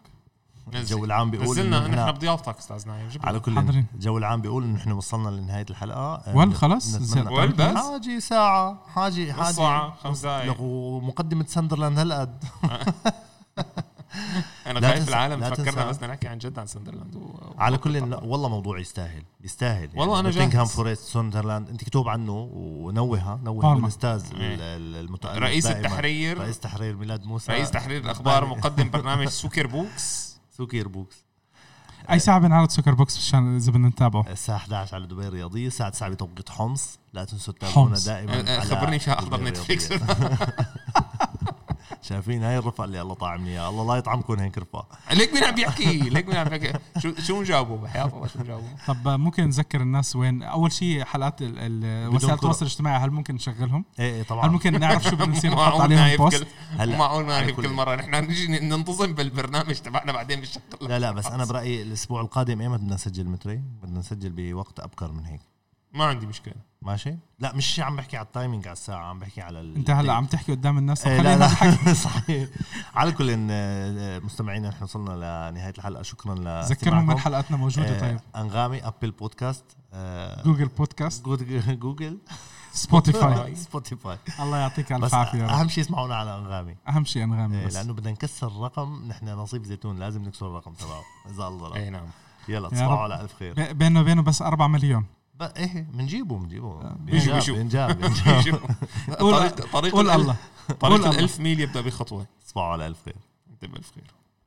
نزل.
الجو العام بيقول
نزلنا
إنه إحنا-
نحن بضيافتك استاذ نايم جيب
على كل
حاضرين.
الجو العام بيقول انه نحن وصلنا لنهايه الحلقه
ول خلص؟
نتمنى-
زين.
ول بس؟
حاجي ساعه حاجي
نص
حاجي
ساعه خمس
لك
دقائق
ومقدمه سندرلاند هالقد
انا
لا
خايف
تنسى-
العالم
لا
تفكرنا
تنسى.
بس بدنا نحكي عن جد عن سندرلاند و-
على
و-
كل إن- والله موضوع يستاهل يستاهل يعني
والله أنا
نوتنغهام
جاهز.
فورست سندرلاند انت كتب عنه ونوهها نوه
بارما.
الاستاذ
إيه.
المتألق
رئيس
دائماً.
التحرير
رئيس تحرير ميلاد موسى
رئيس تحرير الاخبار
دائماً.
مقدم برنامج سوكر بوكس
سوكير بوكس
اي ساعه بنعرض سكر بوكس عشان اذا بدنا نتابعه
الساعة 11 على دبي الرياضية الساعة 9 بتوقيت حمص لا تنسوا تتابعونا
حمص.
دائما
أه، أه،
على
خبرني فيها اخبار
دبي
نتفليكس
الرياضية. شايفين هاي الرفقه اللي الله طعمني اياها الله لا يطعمكم هيك رفقه
ليك مين عم يحكي ليك مين عم يحكي شو شو جابوا بحياة الله شو جابوا
طب ممكن نذكر الناس وين اول شيء حلقات ال- ال- وسائل
كرة.
التواصل الاجتماعي هل ممكن نشغلهم؟
ايه ايه
هل
طبعا
ممكن نعرف شو بنصير نحط
معقول نعرف
عليهم
كل
بوست؟
هلا،
معقول
على
نعرف
كل
كل
إيه.
مرة نحن نجي ننتظم بالبرنامج تبعنا بعدين بنشغل
لا لا بس انا برايي الاسبوع القادم ايمتى بدنا نسجل متري بدنا نسجل بوقت ابكر من هيك
ما عندي مشكلة
ماشي لا مش عم بحكي على التايمينج على الساعه عم بحكي على ال...
انت هلا عم تحكي قدام الناس طب
إيه لا
خلينا نحكي
لا صحيح على كل إن، آه، مستمعينا نحن وصلنا لنهايه الحلقه شكرا ل
ذكرهم وين حلقاتنا موجوده
إيه.
طيب
انغامي ابل آه، بودكاست آه،
جوجل بودكاست
جوجل جوجل
سبوتيفاي
سبوتيفاي
الله يعطيك
بس
الف عافيه يا رب.
اهم شيء اسمعونا على انغامي
اهم شيء انغامي
إيه،
بس
لانه بدنا نكسر رقم نحن نصيب زيتون لازم نكسر الرقم تبعه اذا الله رأى.
اي نعم
يلا
إيه. رب.
تصبحوا على الف خير
ب- بينه وبينه بس 4 مليون
ب- ايه بنجيبه بنجيبه
بيجوا-
بنجاب
بيجوا.
بنجاب بنجاب
قول
طريق طريق
قول
طيب.
الألف-
الله
طريق
قول الله.
الألف ميل يبدأ بخطوة
تصبحوا على الف خير
يبدأ بألف خير